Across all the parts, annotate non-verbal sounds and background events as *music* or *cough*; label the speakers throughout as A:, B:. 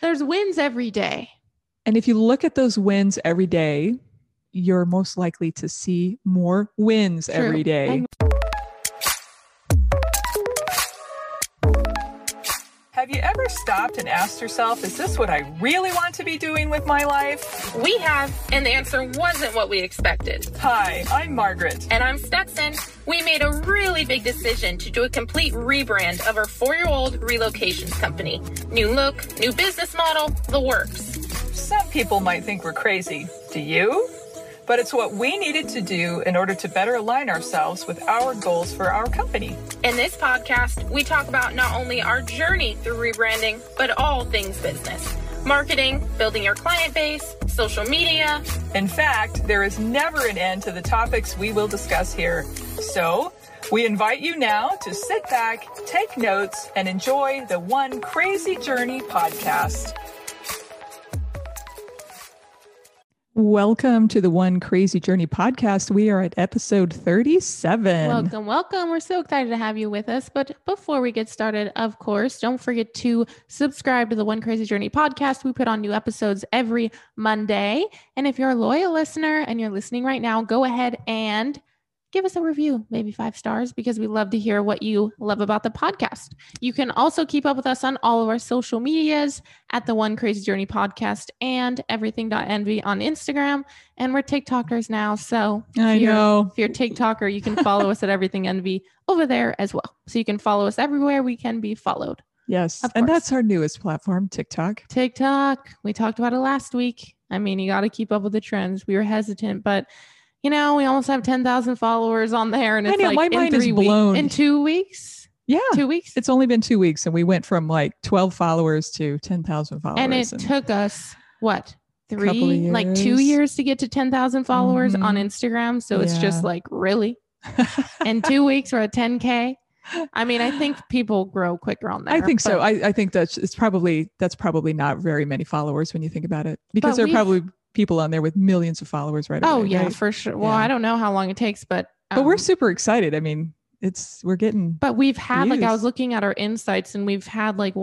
A: There's wins every day.
B: And if you look at those wins every day, you're most likely to see more wins
A: True.
B: every day.
A: And-
C: Have you ever stopped and asked yourself, is this what I really want to be doing with my life?
D: We have, and the answer wasn't what we expected.
C: Hi, I'm Margaret.
D: And I'm Stetson. We made a really big decision to do a complete rebrand of our four year old relocations company. New look, new business model, the works.
C: Some people might think we're crazy. Do you? But it's what we needed to do in order to better align ourselves with our goals for our company.
D: In this podcast, we talk about not only our journey through rebranding, but all things business marketing, building your client base, social media.
C: In fact, there is never an end to the topics we will discuss here. So, we invite you now to sit back, take notes, and enjoy the One Crazy Journey podcast.
B: Welcome to the One Crazy Journey podcast. We are at episode 37.
A: Welcome, welcome. We're so excited to have you with us. But before we get started, of course, don't forget to subscribe to the One Crazy Journey podcast. We put on new episodes every Monday. And if you're a loyal listener and you're listening right now, go ahead and give us a review, maybe five stars, because we love to hear what you love about the podcast. You can also keep up with us on all of our social medias at the One Crazy Journey podcast and everything.envy on Instagram. And we're TikTokers now. So
B: I
A: if you're-
B: know.
A: if you're TikToker, you can follow us at Everything Envy over there as well. So you can follow us everywhere we can be followed.
B: Yes.
A: Of
B: And
A: course.
B: that's our newest platform, TikTok.
A: TikTok, we talked about it last week. I mean, you got to keep up with the trends. We were hesitant, but you know, we almost have 10,000 followers on there. And
B: I
A: it's
B: know,
A: like
B: my
A: in
B: mind is
A: three weeks-
B: blown.
A: in two weeks,
B: Yeah.
A: two weeks.
B: It's only been two weeks and we went from like 12 followers to 10,000 followers.
A: and it took us what?
B: Couple of
A: Three, like two
B: years.
A: years to get to 10,000 followers on
B: Mhm.
A: Instagram. So it's just
B: Yeah.
A: like,
B: *laughs*
A: really? In two weeks, we're at 10K. I mean, I think people grow quicker on that.
B: I think so. I, I think that's it's probably that's probably not very many followers when you think about it because
A: But
B: there are
A: we've-
B: probably people on there with millions of followers right
A: Oh
B: away,
A: yeah,
B: right?
A: for sure. Well,
B: Yeah.
A: I don't know how long it takes, but
B: but we're
A: um,
B: super excited. I mean, it's we're getting
A: but we've had like I was
B: used.
A: looking at our insights and we've had like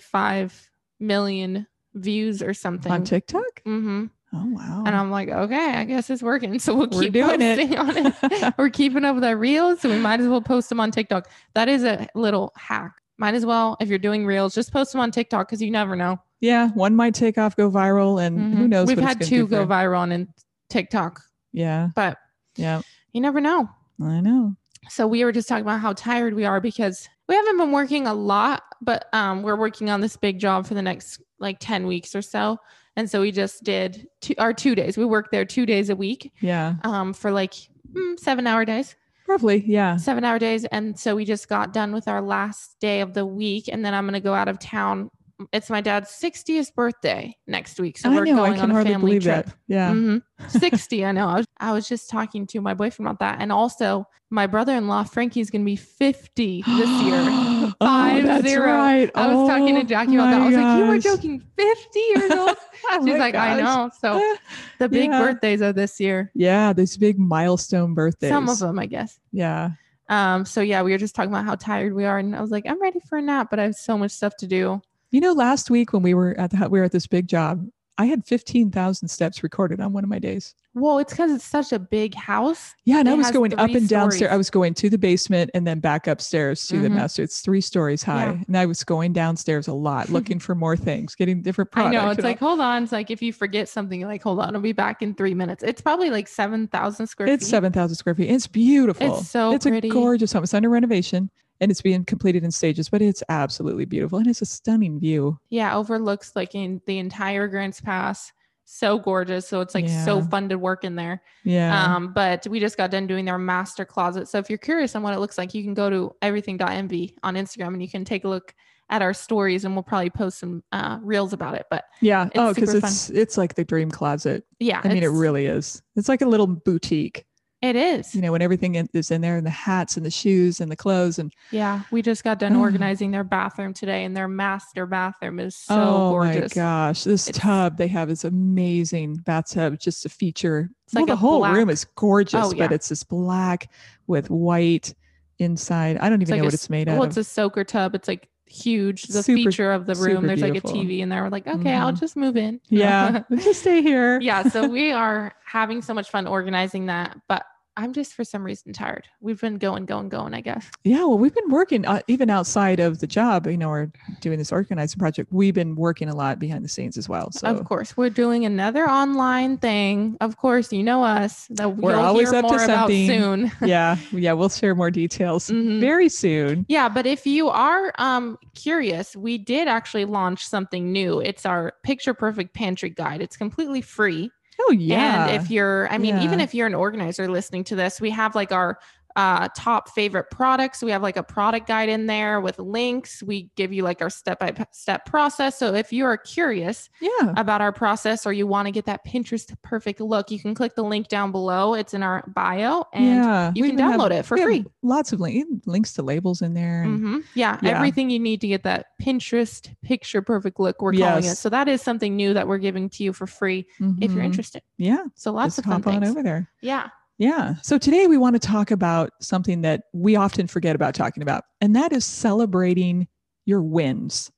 A: 1.5 million views or something.
B: on TikTok.
A: hmm
B: Oh wow!
A: And I'm like, okay, I guess it's working. So we'll
B: We're
A: keep
B: doing it.
A: posting on
B: *laughs*
A: it. we're keeping up with our reels, so we might as well post them on TikTok. That is a little hack. Might as well, if you're doing reels, just post them on TikTok because you never know.
B: yeah, one might take off, go viral, and who
A: Mhm.
B: knows?
A: We've
B: what it's
A: had
B: gonna
A: two
B: do
A: go
B: for-
A: viral on in TikTok,
B: Yeah,
A: but
B: yeah,
A: you never know.
B: I know.
A: So we were just talking about how tired we are because we haven't been working a lot, but um, we're working on this big job for the next like 10 weeks or so. And so we just did two, our two days. We work there two days a week
B: Yeah,
A: um, for like mm, seven hour days,
B: roughly. Yeah,
A: seven hour days. And so we just got done with our last day of the week. And then I'm going to go out of town. It's my dad's 60th birthday next week. So
B: I
A: we're
B: know. I
A: going
B: can
A: on a
B: hardly
A: family
B: believe
A: trip.
B: that. Yeah.
A: Mhm. 60. I know. I was, I was just talking to my boyfriend about that. And also, my brother in law, Frankie's going to be 50 this year.
B: *gasps* Oh,
A: Five
B: that's
A: zero.
B: right.
A: I was talking to
B: Oh,
A: Jackie about that. I
B: my
A: was like, you were
B: gosh.
A: joking 50 years old.
B: *laughs* Oh,
A: She's
B: my
A: like, I
B: gosh.
A: know. So
B: *laughs*
A: the big
B: Yeah.
A: birthdays are this year.
B: Yeah, these big milestone birthdays.
A: Some of them, I guess.
B: Yeah.
A: Um, so yeah, we were just talking about how tired we are. And I was like, I'm ready for a nap, but I have so much stuff to do.
B: You know, last week when we were at the we were at this big job, I had fifteen thousand steps recorded on one of my days.
A: Well, it's because it's such a big house.
B: Yeah, and I
A: It
B: was
A: has
B: going up
A: three
B: and downstairs. I
A: stories.
B: was going to the basement and then back upstairs to the
A: Mhm.
B: master. It's three stories high,
A: Yeah.
B: and I was going downstairs
A: *laughs*
B: a lot, looking for more things, getting different products.
A: I know. It's like, hold on. It's like if you forget something, you're like, hold on, I'll be back in three minutes. It's probably like 7,000 square feet.
B: it's seven thousand square feet. It's beautiful.
A: It's so
B: it's
A: pretty.
B: a gorgeous home. It's under renovation and it's being completed in stages, but it's absolutely beautiful and it's a stunning view.
A: Yeah, overlooks like in the entire Grants Pass. So gorgeous. So it's like so
B: Yeah.
A: fun to work in there.
B: Yeah.
A: Um, but we just got done doing their master closet. So if you're curious on what it looks like, you can go to everything.mv on Instagram and you can take a look at our stories and we'll probably post some uh, reels about it. But
B: yeah.
A: it's
B: Oh, because
A: super fun.
B: it's it's like the dream closet.
A: yeah,
B: I mean, it
A: it's-
B: really is. It's like a little boutique,
A: it is.
B: you know, when everything in- is in there and the hats and the shoes and the clothes. And
A: Yeah, we just got
B: *sighs*
A: done
B: Oh.
A: organizing their bathroom today, and their master bathroom is so
B: oh
A: gorgeous.
B: my gosh, this
A: It's-
B: tub they have is amazing bathtub, just a feature.
A: It's like
B: well,
A: a
B: the whole room
A: black-
B: is gorgeous,
A: Oh, yeah.
B: but it's this black with white inside. I don't even
A: like
B: know
A: a
B: what
A: s-
B: it's made
A: Well,
B: out
A: it's
B: of.
A: a soaker tub. It's like huge, the
B: Super-
A: feature of the room.
B: super
A: There's
B: beautiful.
A: like a TV in there. We're like, okay, I'll
B: Mhm.
A: just move in. *laughs*
B: Yeah. we can stay here.
A: yeah. So we are having so much fun organizing that, but I'm just for some reason tired. We've been going, going, going, I guess.
B: Yeah, well, we've been working uh, even outside of the job, you know, or doing this organizing project. We've been working a lot behind the scenes as well. So
A: Of course, we're doing another online thing. Of course, you know us that
B: We're
A: you'll
B: always
A: hear
B: up to
A: more about
B: something.
A: soon.
B: *laughs* yeah, yeah, we'll share more details
A: Mhm.
B: very soon.
A: Yeah, but if you are um, curious, we did actually launch something new. It's our Picture Perfect Pantry Guide. It's completely free.
B: Oh yeah,
A: And if you're, I mean, even
B: Yeah.
A: if you're an organizer listening to this, we have like our uh, top favorite products. We have like a product guide in there with links. We give you like our step by step process. So if you are curious
B: yeah,
A: about our process or you want to get that Pinterest perfect look, you can click the link down below. It's in our bio and
B: yeah,
A: you
B: We
A: can
B: even have-
A: download it for
B: we have
A: free.
B: Lots of lin- links to labels in there. and-
A: Mhm. Yeah,
B: Yeah.
A: everything you need to get that Pinterest picture perfect look we're calling it.
B: Yes.
A: So that is something new that we're giving to you for free Mm-hmm. if you're
B: Mhm.
A: interested.
B: yeah,
A: So lots
B: just
A: of fun
B: hop on
A: things.
B: over there.
A: Yeah.
B: Yeah. So today we want to talk about something that we often forget about talking about, and that is celebrating your wins.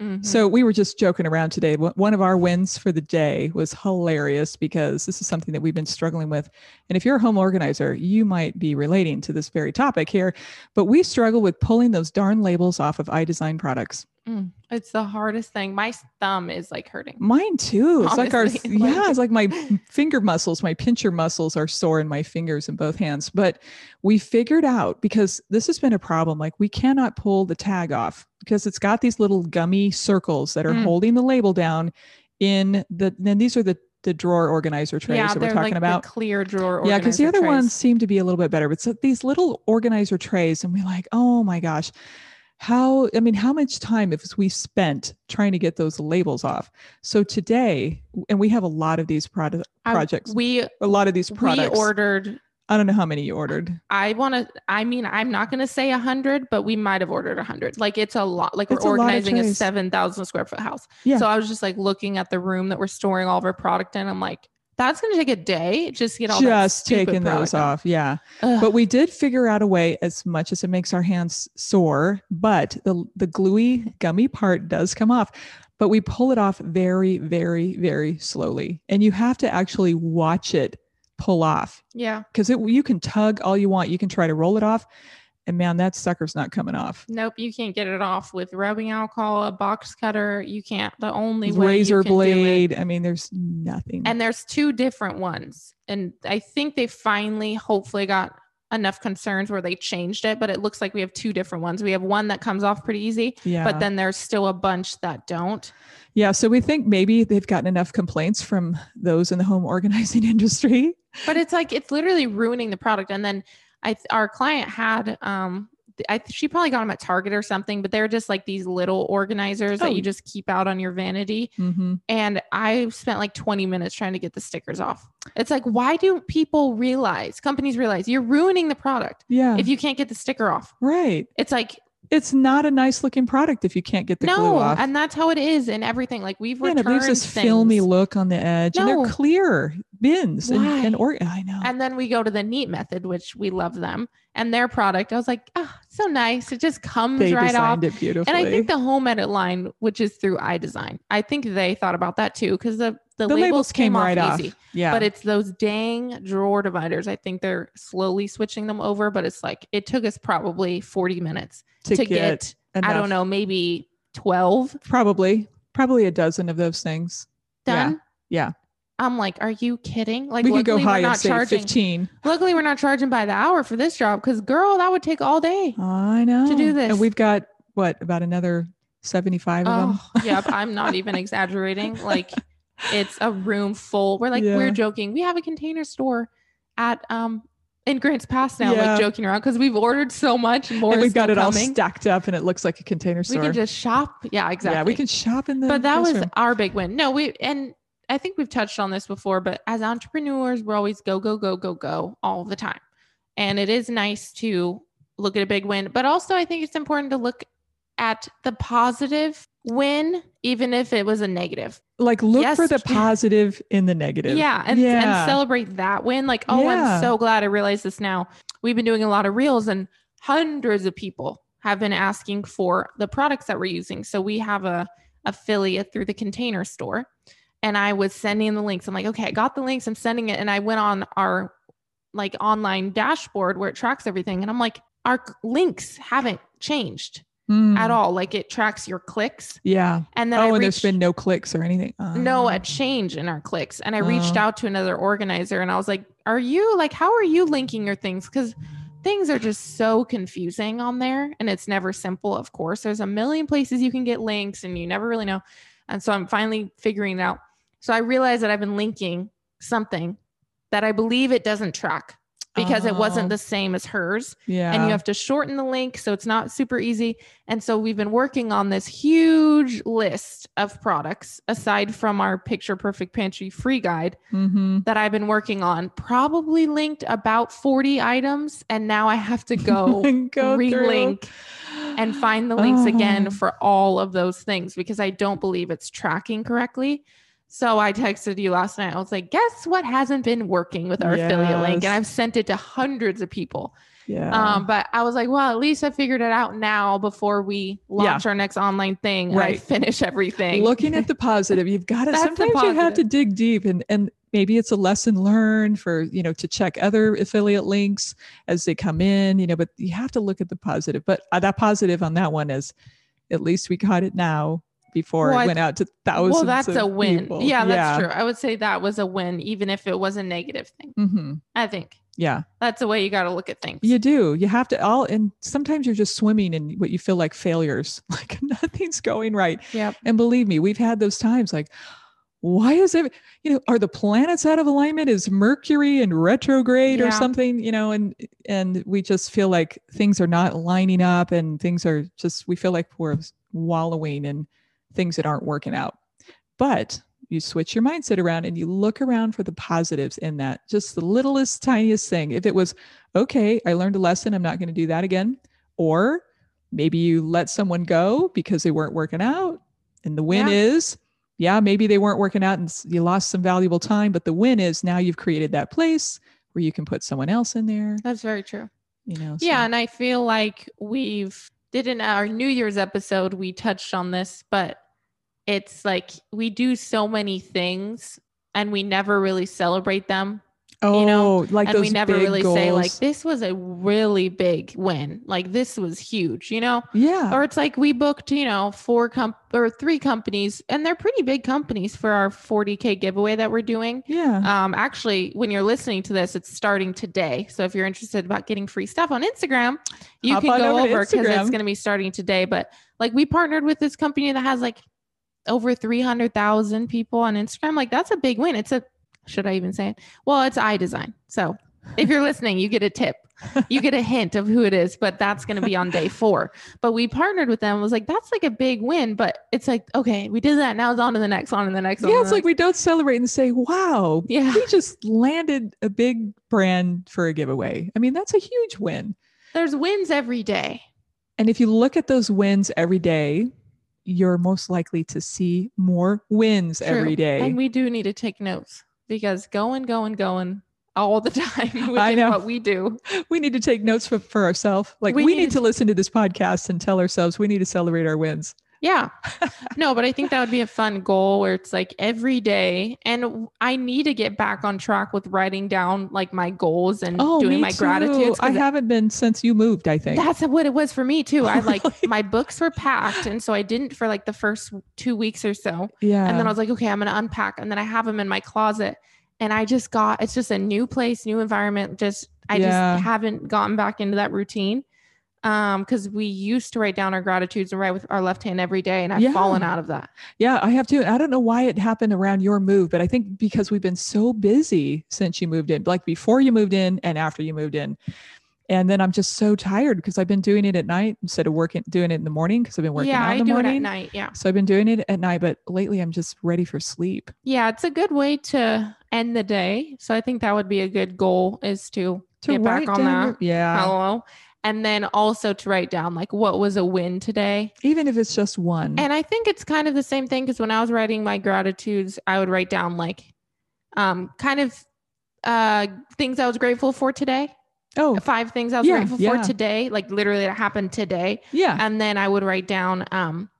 A: Mhm.
B: So we were just joking around today. One one of our wins for the day was hilarious because this is something that we've been struggling with. And if you're a home organizer, you might be relating to this very topic here, but we struggle with pulling those darn labels off of iDesign products.
A: Mm, it's the hardest thing. My thumb is like hurting.
B: Mine too. It's like our
A: Honestly, *laughs* like-
B: yeah, it's like my finger muscles, my pincher muscles are sore in my fingers in both hands. But we figured out because this has been a problem. Like we cannot pull the tag off because it's got these little gummy circles that are
A: Mm.
B: holding the label down in the then these are the the drawer organizer trays
A: yeah,
B: that
A: they're
B: we're talking
A: like
B: about.
A: the clear drawer.
B: Yeah, because the other
A: organizer trays.
B: ones seem to be a little bit better, but so these little organizer trays, and we're like, oh my gosh, how? I mean, how much time have we spent trying to get those labels off? So today, and we have a lot of these product
A: I-
B: projects,
A: we
B: a lot of these
A: we
B: products.
A: ordered.
B: I don't know how many you ordered.
A: I want to. I mean, I'm not going to say a hundred, but we might have ordered a hundred. Like it's a lot. Like
B: It's a
A: we're
B: lot of
A: organizing a
B: trays.
A: seven thousand square foot house.
B: Yeah.
A: So I was just like looking at the room that we're storing all of our product in. I'm like, that's going to take a day just to get all that
B: Just
A: stupid
B: taking those
A: product out.
B: off. Yeah.
A: Ugh.
B: But we did figure out a way, as much as it makes our hands sore, but the the gluey gummy part does come off. But we pull it off very, very, very slowly, and you have to actually watch it pull off
A: yeah.
B: because it you can tug all you want, you can try to roll it off, and man, that sucker's not coming off.
A: Nope, you can't get it off with rubbing alcohol, a box cutter. You can't. The only way you
B: Razor
A: can do it-
B: blade. I mean, there's nothing.
A: and there's two different ones and i think they finally hopefully got enough concerns where they changed it but it looks like we have two different ones we have one that comes off pretty easy
B: yeah.
A: but then there's still a bunch that don't
B: yeah. So we think maybe they've gotten enough complaints from those in the home organizing *laughs* industry.
A: but it's like it's literally ruining the product and then i th- our client had um th- I, th- she probably got them at Target or something, but they're just like these little organizers
B: Oh.
A: that you just keep out on your vanity.
B: Mm-hmm.
A: and I spent like 20 minutes trying to get the stickers off. It's like, why do people realize, companies realize you're ruining the product
B: Yeah.
A: if you can't get the sticker off?
B: right.
A: It's like,
B: it's not a nice looking product if you can't get the glue
A: no,
B: off.
A: and that's how it is in everything. Like we've
B: Yeah, and
A: returned
B: it leaves this
A: things,
B: filmy look on the edge, and
A: No.
B: they're clear bins and,
A: Why?
B: and or I know.
A: and then we go to the neat method, which we love them and their product. I was like, oh, so nice. It just comes
B: they
A: right off.
B: designed it beautifully.
A: And I think the home edit line, which is through iDesign, I think they thought about that too because the, the,
B: the
A: labels,
B: came, right off.
A: easy.
B: Yeah,
A: but it's those dang drawer dividers. I think they're slowly switching them over, but it's like it took us probably 40 minutes to, get, I
B: enough.
A: don't know, maybe 12
B: Probably, probably a dozen of those things. Yeah,
A: done.
B: yeah.
A: I'm like, are you kidding? Like,
B: we could go
A: luckily
B: high
A: we're
B: and
A: not
B: say
A: charging.
B: fifteen.
A: Luckily, we're not charging by the hour for this job because, girl, that would take all day.
B: I know
A: do this.
B: and we've got what about another seventy-five of them?
A: Oh, yep. I'm not even exaggerating. Like,
B: *laughs*
A: it's a room full. We're like,
B: Yeah.
A: we're joking. We have a container store at, um, in Grants Pass now,
B: Yeah.
A: like joking around because we've ordered so much and more.
B: and
A: is
B: we've got
A: still
B: it all
A: coming.
B: stacked up, and it looks like a container
A: we
B: store.
A: can just shop yeah exactly
B: Yeah, we can shop in the.
A: but that was
B: restroom.
A: our big win no we and i think we've touched on this before but as entrepreneurs we're always go go go go go all the time and it is nice to look at a big win but also i think it's important to look at the positive win even if it was a negative
B: like look for
A: Yes.
B: the positive in the negative.
A: yeah and,
B: Yeah.
A: and celebrate that win like oh
B: Yeah.
A: i'm so glad i realized this now we've been doing a lot of reels and hundreds of people have been asking for the products that we're using. So we have a affiliate through the container store and I was sending the links. I'm like, okay, I got the links. I'm sending it. And I went on our like online dashboard where it tracks everything. And I'm like, our c- links haven't changed
B: Mm.
A: at all. Like it tracks your clicks.
B: Yeah.
A: And then
B: oh,
A: I
B: and
A: reached,
B: there's been no clicks or anything.
A: no
B: Oh.
A: a change in our clicks. And I reached
B: Oh.
A: out to another organizer and I was like, are you like, how are you linking your things? Because things are just so confusing on there and it's never simple. Of course, there's a million places you can get links and you never really know. And so I'm finally figuring it out. So I realized that I've been linking something that I believe it doesn't track because it
B: Oh.
A: wasn't the same as hers
B: Yeah.
A: and you have to shorten the link so it's not super easy and so we've been working on this huge list of products aside from our picture perfect pantry free guide
B: mm-hmm.
A: that i've been working on probably linked about 40 items and now i have
B: *laughs*
A: to go
B: and go through.
A: relink and find the links again
B: Oh.
A: for all of those things because i don't believe it's tracking correctly so I texted you last night. I was like, "Guess what hasn't been working with our affiliate link?"
B: Yes.
A: And I've sent it to hundreds of people.
B: *gasps* Yeah.
A: Um, but I was like, well, at least I figured it out now before we launch our next online thing. Right. I
B: Right.
A: finish *laughs* everything.
B: Looking at the positive, you've got to
A: That's the
B: sometimes you have to
A: positive.
B: dig deep and and maybe it's a lesson learned for you know to check other affiliate links as they come in, you know, but you have to look at the positive. But uh, that positive on that one is at least we caught it now before
A: Well, I-
B: it went out to
A: *laughs*
B: thousands
A: well, that's
B: of
A: a win.
B: people.
A: Yeah, that's true. I would say that was a win, even if it was a negative thing.
B: Mhm.
A: I think
B: Yeah.
A: that's the way you got to look at things.
B: You do. You have to all and sometimes you're just swimming in what you feel like failures. *laughs* Like nothing's going right.
A: Yep.
B: And believe me, we've had those times like why is it you know are the planets out of alignment is mercury in retrograde
A: Yeah.
B: or something you know and and we just feel like things are not lining up and things are just we feel like we're wallowing in things that aren't working out but you switch your mindset around and you look around for the positives in that just the littlest tiniest thing if it was okay i learned a lesson i'm not going to do that again or maybe you let someone go because they weren't working out and the win
A: Yeah.
B: is yeah maybe they weren't working out and s- you lost some valuable time but the win is now you've created that place where you can put someone else in there
A: That's very true.
B: you know
A: Yeah,
B: so-
A: and I feel like we've did in our New Year's episode we touched on this, but it's like we do so many things and we never really celebrate them
B: oh
A: you know,
B: like
A: and
B: those
A: we never
B: big
A: really say like
B: goals.
A: this was a really big win like this was huge you know
B: yeah
A: or it's like we booked you know four comp or three companies and they're pretty big companies for our 40k giveaway that we're doing *laughs*
B: yeah
A: um actually when you're listening to this it's starting today so if you're interested about getting free stuff on instagram you
B: Hop
A: can
B: on
A: go
B: over to
A: over because it's
B: Instagram.
A: going to be starting today but like we partnered with this company that has like over 300000 people on instagram like that's a big win it's a should i even say it well it's i design so if you're listening you get a tip you get a hint of who it is but that's going to be on day four but we partnered with them It was like that's like a big win but it's like okay we did that now it's on to the next on to the next on to
B: yeah
A: the
B: it's like
A: next.
B: we don't celebrate and say wow
A: yeah
B: we just landed a big brand for a giveaway i mean that's a huge win
A: there's wins every day
B: And if you look at those wins every day, you're most likely to see more wins
A: True.
B: every day.
A: And we do need to take notes because going, going, going all the *laughs* time, which
B: I
A: is
B: know.
A: what we do.
B: we need to take notes for, for ourselves. Like we, need, to, listen to this podcast and tell ourselves we need to celebrate our wins. *laughs*
A: Yeah. No, but I think that would be a fun goal where it's like every day. And I need to get back on track with writing down like my goals and
B: Oh,
A: doing
B: me
A: my
B: too.
A: gratitudes. 'cause
B: I haven't been since you moved, I think.
A: That's what it was for me too.
B: Oh,
A: I like my books were packed. And so I didn't for like the first two weeks or so.
B: yeah.
A: And then I was like, okay, I'm going to unpack. And then I have them in my closet. And I just got, it's just a new place, new environment. Just, I
B: Yeah.
A: just haven't gotten back into that routine. Um, cause we used to write down our gratitudes and write with our left hand every day. And I've
B: Yeah.
A: fallen out of that.
B: yeah, I have to. I don't know why it happened around your move, but I think because we've been so busy since you moved in, like before you moved in and after you moved in. And then I'm just so tired because I've been doing it at night instead of working, doing it in the morning because I've been working
A: yeah.
B: out in
A: I
B: the
A: do it
B: morning.
A: at night. Yeah.
B: So I've been doing it at night, but lately I'm just ready for sleep.
A: Yeah. It's a good way to end the day. So I think that would be a good goal is to,
B: To
A: get back
B: write
A: on
B: down
A: that.
B: your- yeah.
A: Hello. And then also to write down like what was a win today.
B: Even if it's just one.
A: And I think it's kind of the same thing because when I was writing my gratitudes, I would write down like um, kind of uh, things I was grateful for today.
B: Oh,
A: five things I was
B: Yeah,
A: grateful
B: yeah.
A: for today, like literally that happened today.
B: yeah.
A: And then I would write down um,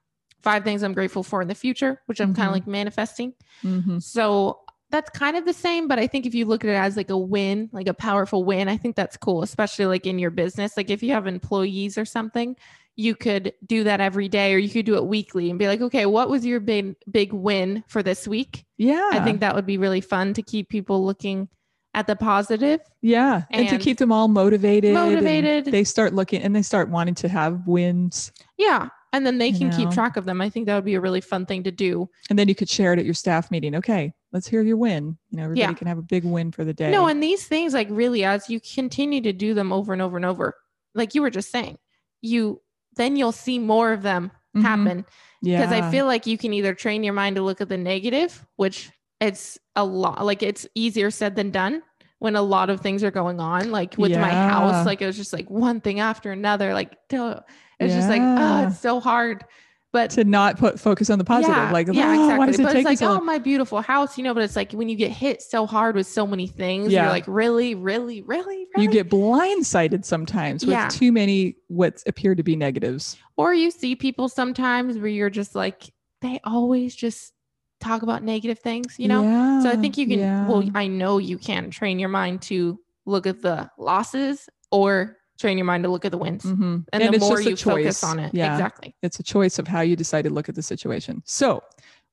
A: five things I'm grateful for in the future, which I'm kind of
B: Mhm.
A: like manifesting.
B: hmm
A: So that's kind of the same, but I think if you look at it as like a win, like a powerful win, I think that's cool, especially like in your business. Like if you have employees or something, you could do that every day or you could do it weekly and be like, okay, what was your big big win for this week?
B: Yeah.
A: I think that would be really fun to keep people looking at the positive.
B: Yeah. And, to
A: and-
B: keep them all motivated. and
A: Motivated.
B: They start looking and they start wanting to have wins.
A: Yeah. And then they
B: You
A: can keep
B: know.
A: track of them. I think that would be a really fun thing to do.
B: And then you could share it at your staff meeting. Okay, let's hear your win. You know, everybody
A: Yeah.
B: can have a big win for the day.
A: No, and these things, like really, as you continue to do them over and over and over, like you were just saying, you then you'll see more of them
B: Mhm.
A: happen.
B: yeah.
A: Because I feel like you can either train your mind to look at the negative, which it's a lot like it's easier said than done when a lot of things are going on. Like with my
B: Yeah.
A: house, like it was just like one thing after another. Like duh. it was just like, oh,
B: Yeah.
A: it's so hard. But
B: to not put focus on the positive.
A: yeah,
B: like,
A: yeah,
B: "Oh,
A: exactly.
B: why does it
A: but
B: take
A: it's
B: me
A: like,
B: so
A: oh,
B: long?
A: my beautiful house, you know. But it's like when you get hit so hard with so many things,
B: Yeah.
A: you're like, really, really, really, "Oh, really.
B: You get blindsided sometimes with
A: Yeah.
B: too many what appear to be negatives.
A: or you see people sometimes where you're just like, they always just talk about negative things, you know. So I
B: Yeah,
A: think you can.
B: yeah.
A: Well, I know you can train your mind to look at the losses or train your mind to look at the wins.
B: Mhm.
A: And, the
B: it's
A: more
B: just a
A: you
B: choice.
A: focus on it,
B: Yeah.
A: exactly.
B: It's a choice of how you decide to look at the situation. So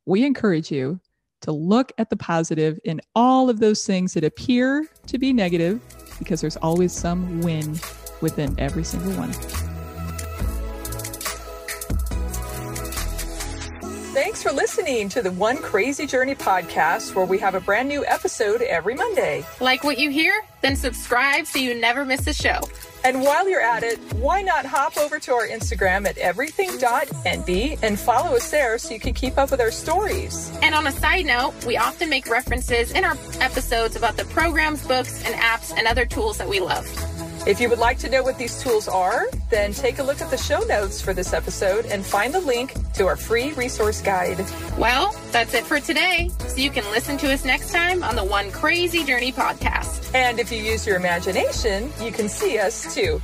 B: we encourage you to look at the positive in all of those things that appear to be negative because there's always some win within every single one.
C: Thanks for listening to the One Crazy Journey podcast, where we have a brand new episode every Monday.
D: Like what you hear? Then subscribe so you never miss a show.
C: And while you're at it, why not hop over to our Instagram at everything.nb and follow us there so you can keep up with our stories.
D: And on a side note, we often make references in our episodes about the programs, books, and apps and other tools that we love.
C: If you would like to know what these tools are, then take a look at the show notes for this episode and find the link to our free resource guide.
D: Well, that's it for today. So you can listen to us next time on the One Crazy Journey podcast.
C: And if you use your imagination, you can see us too.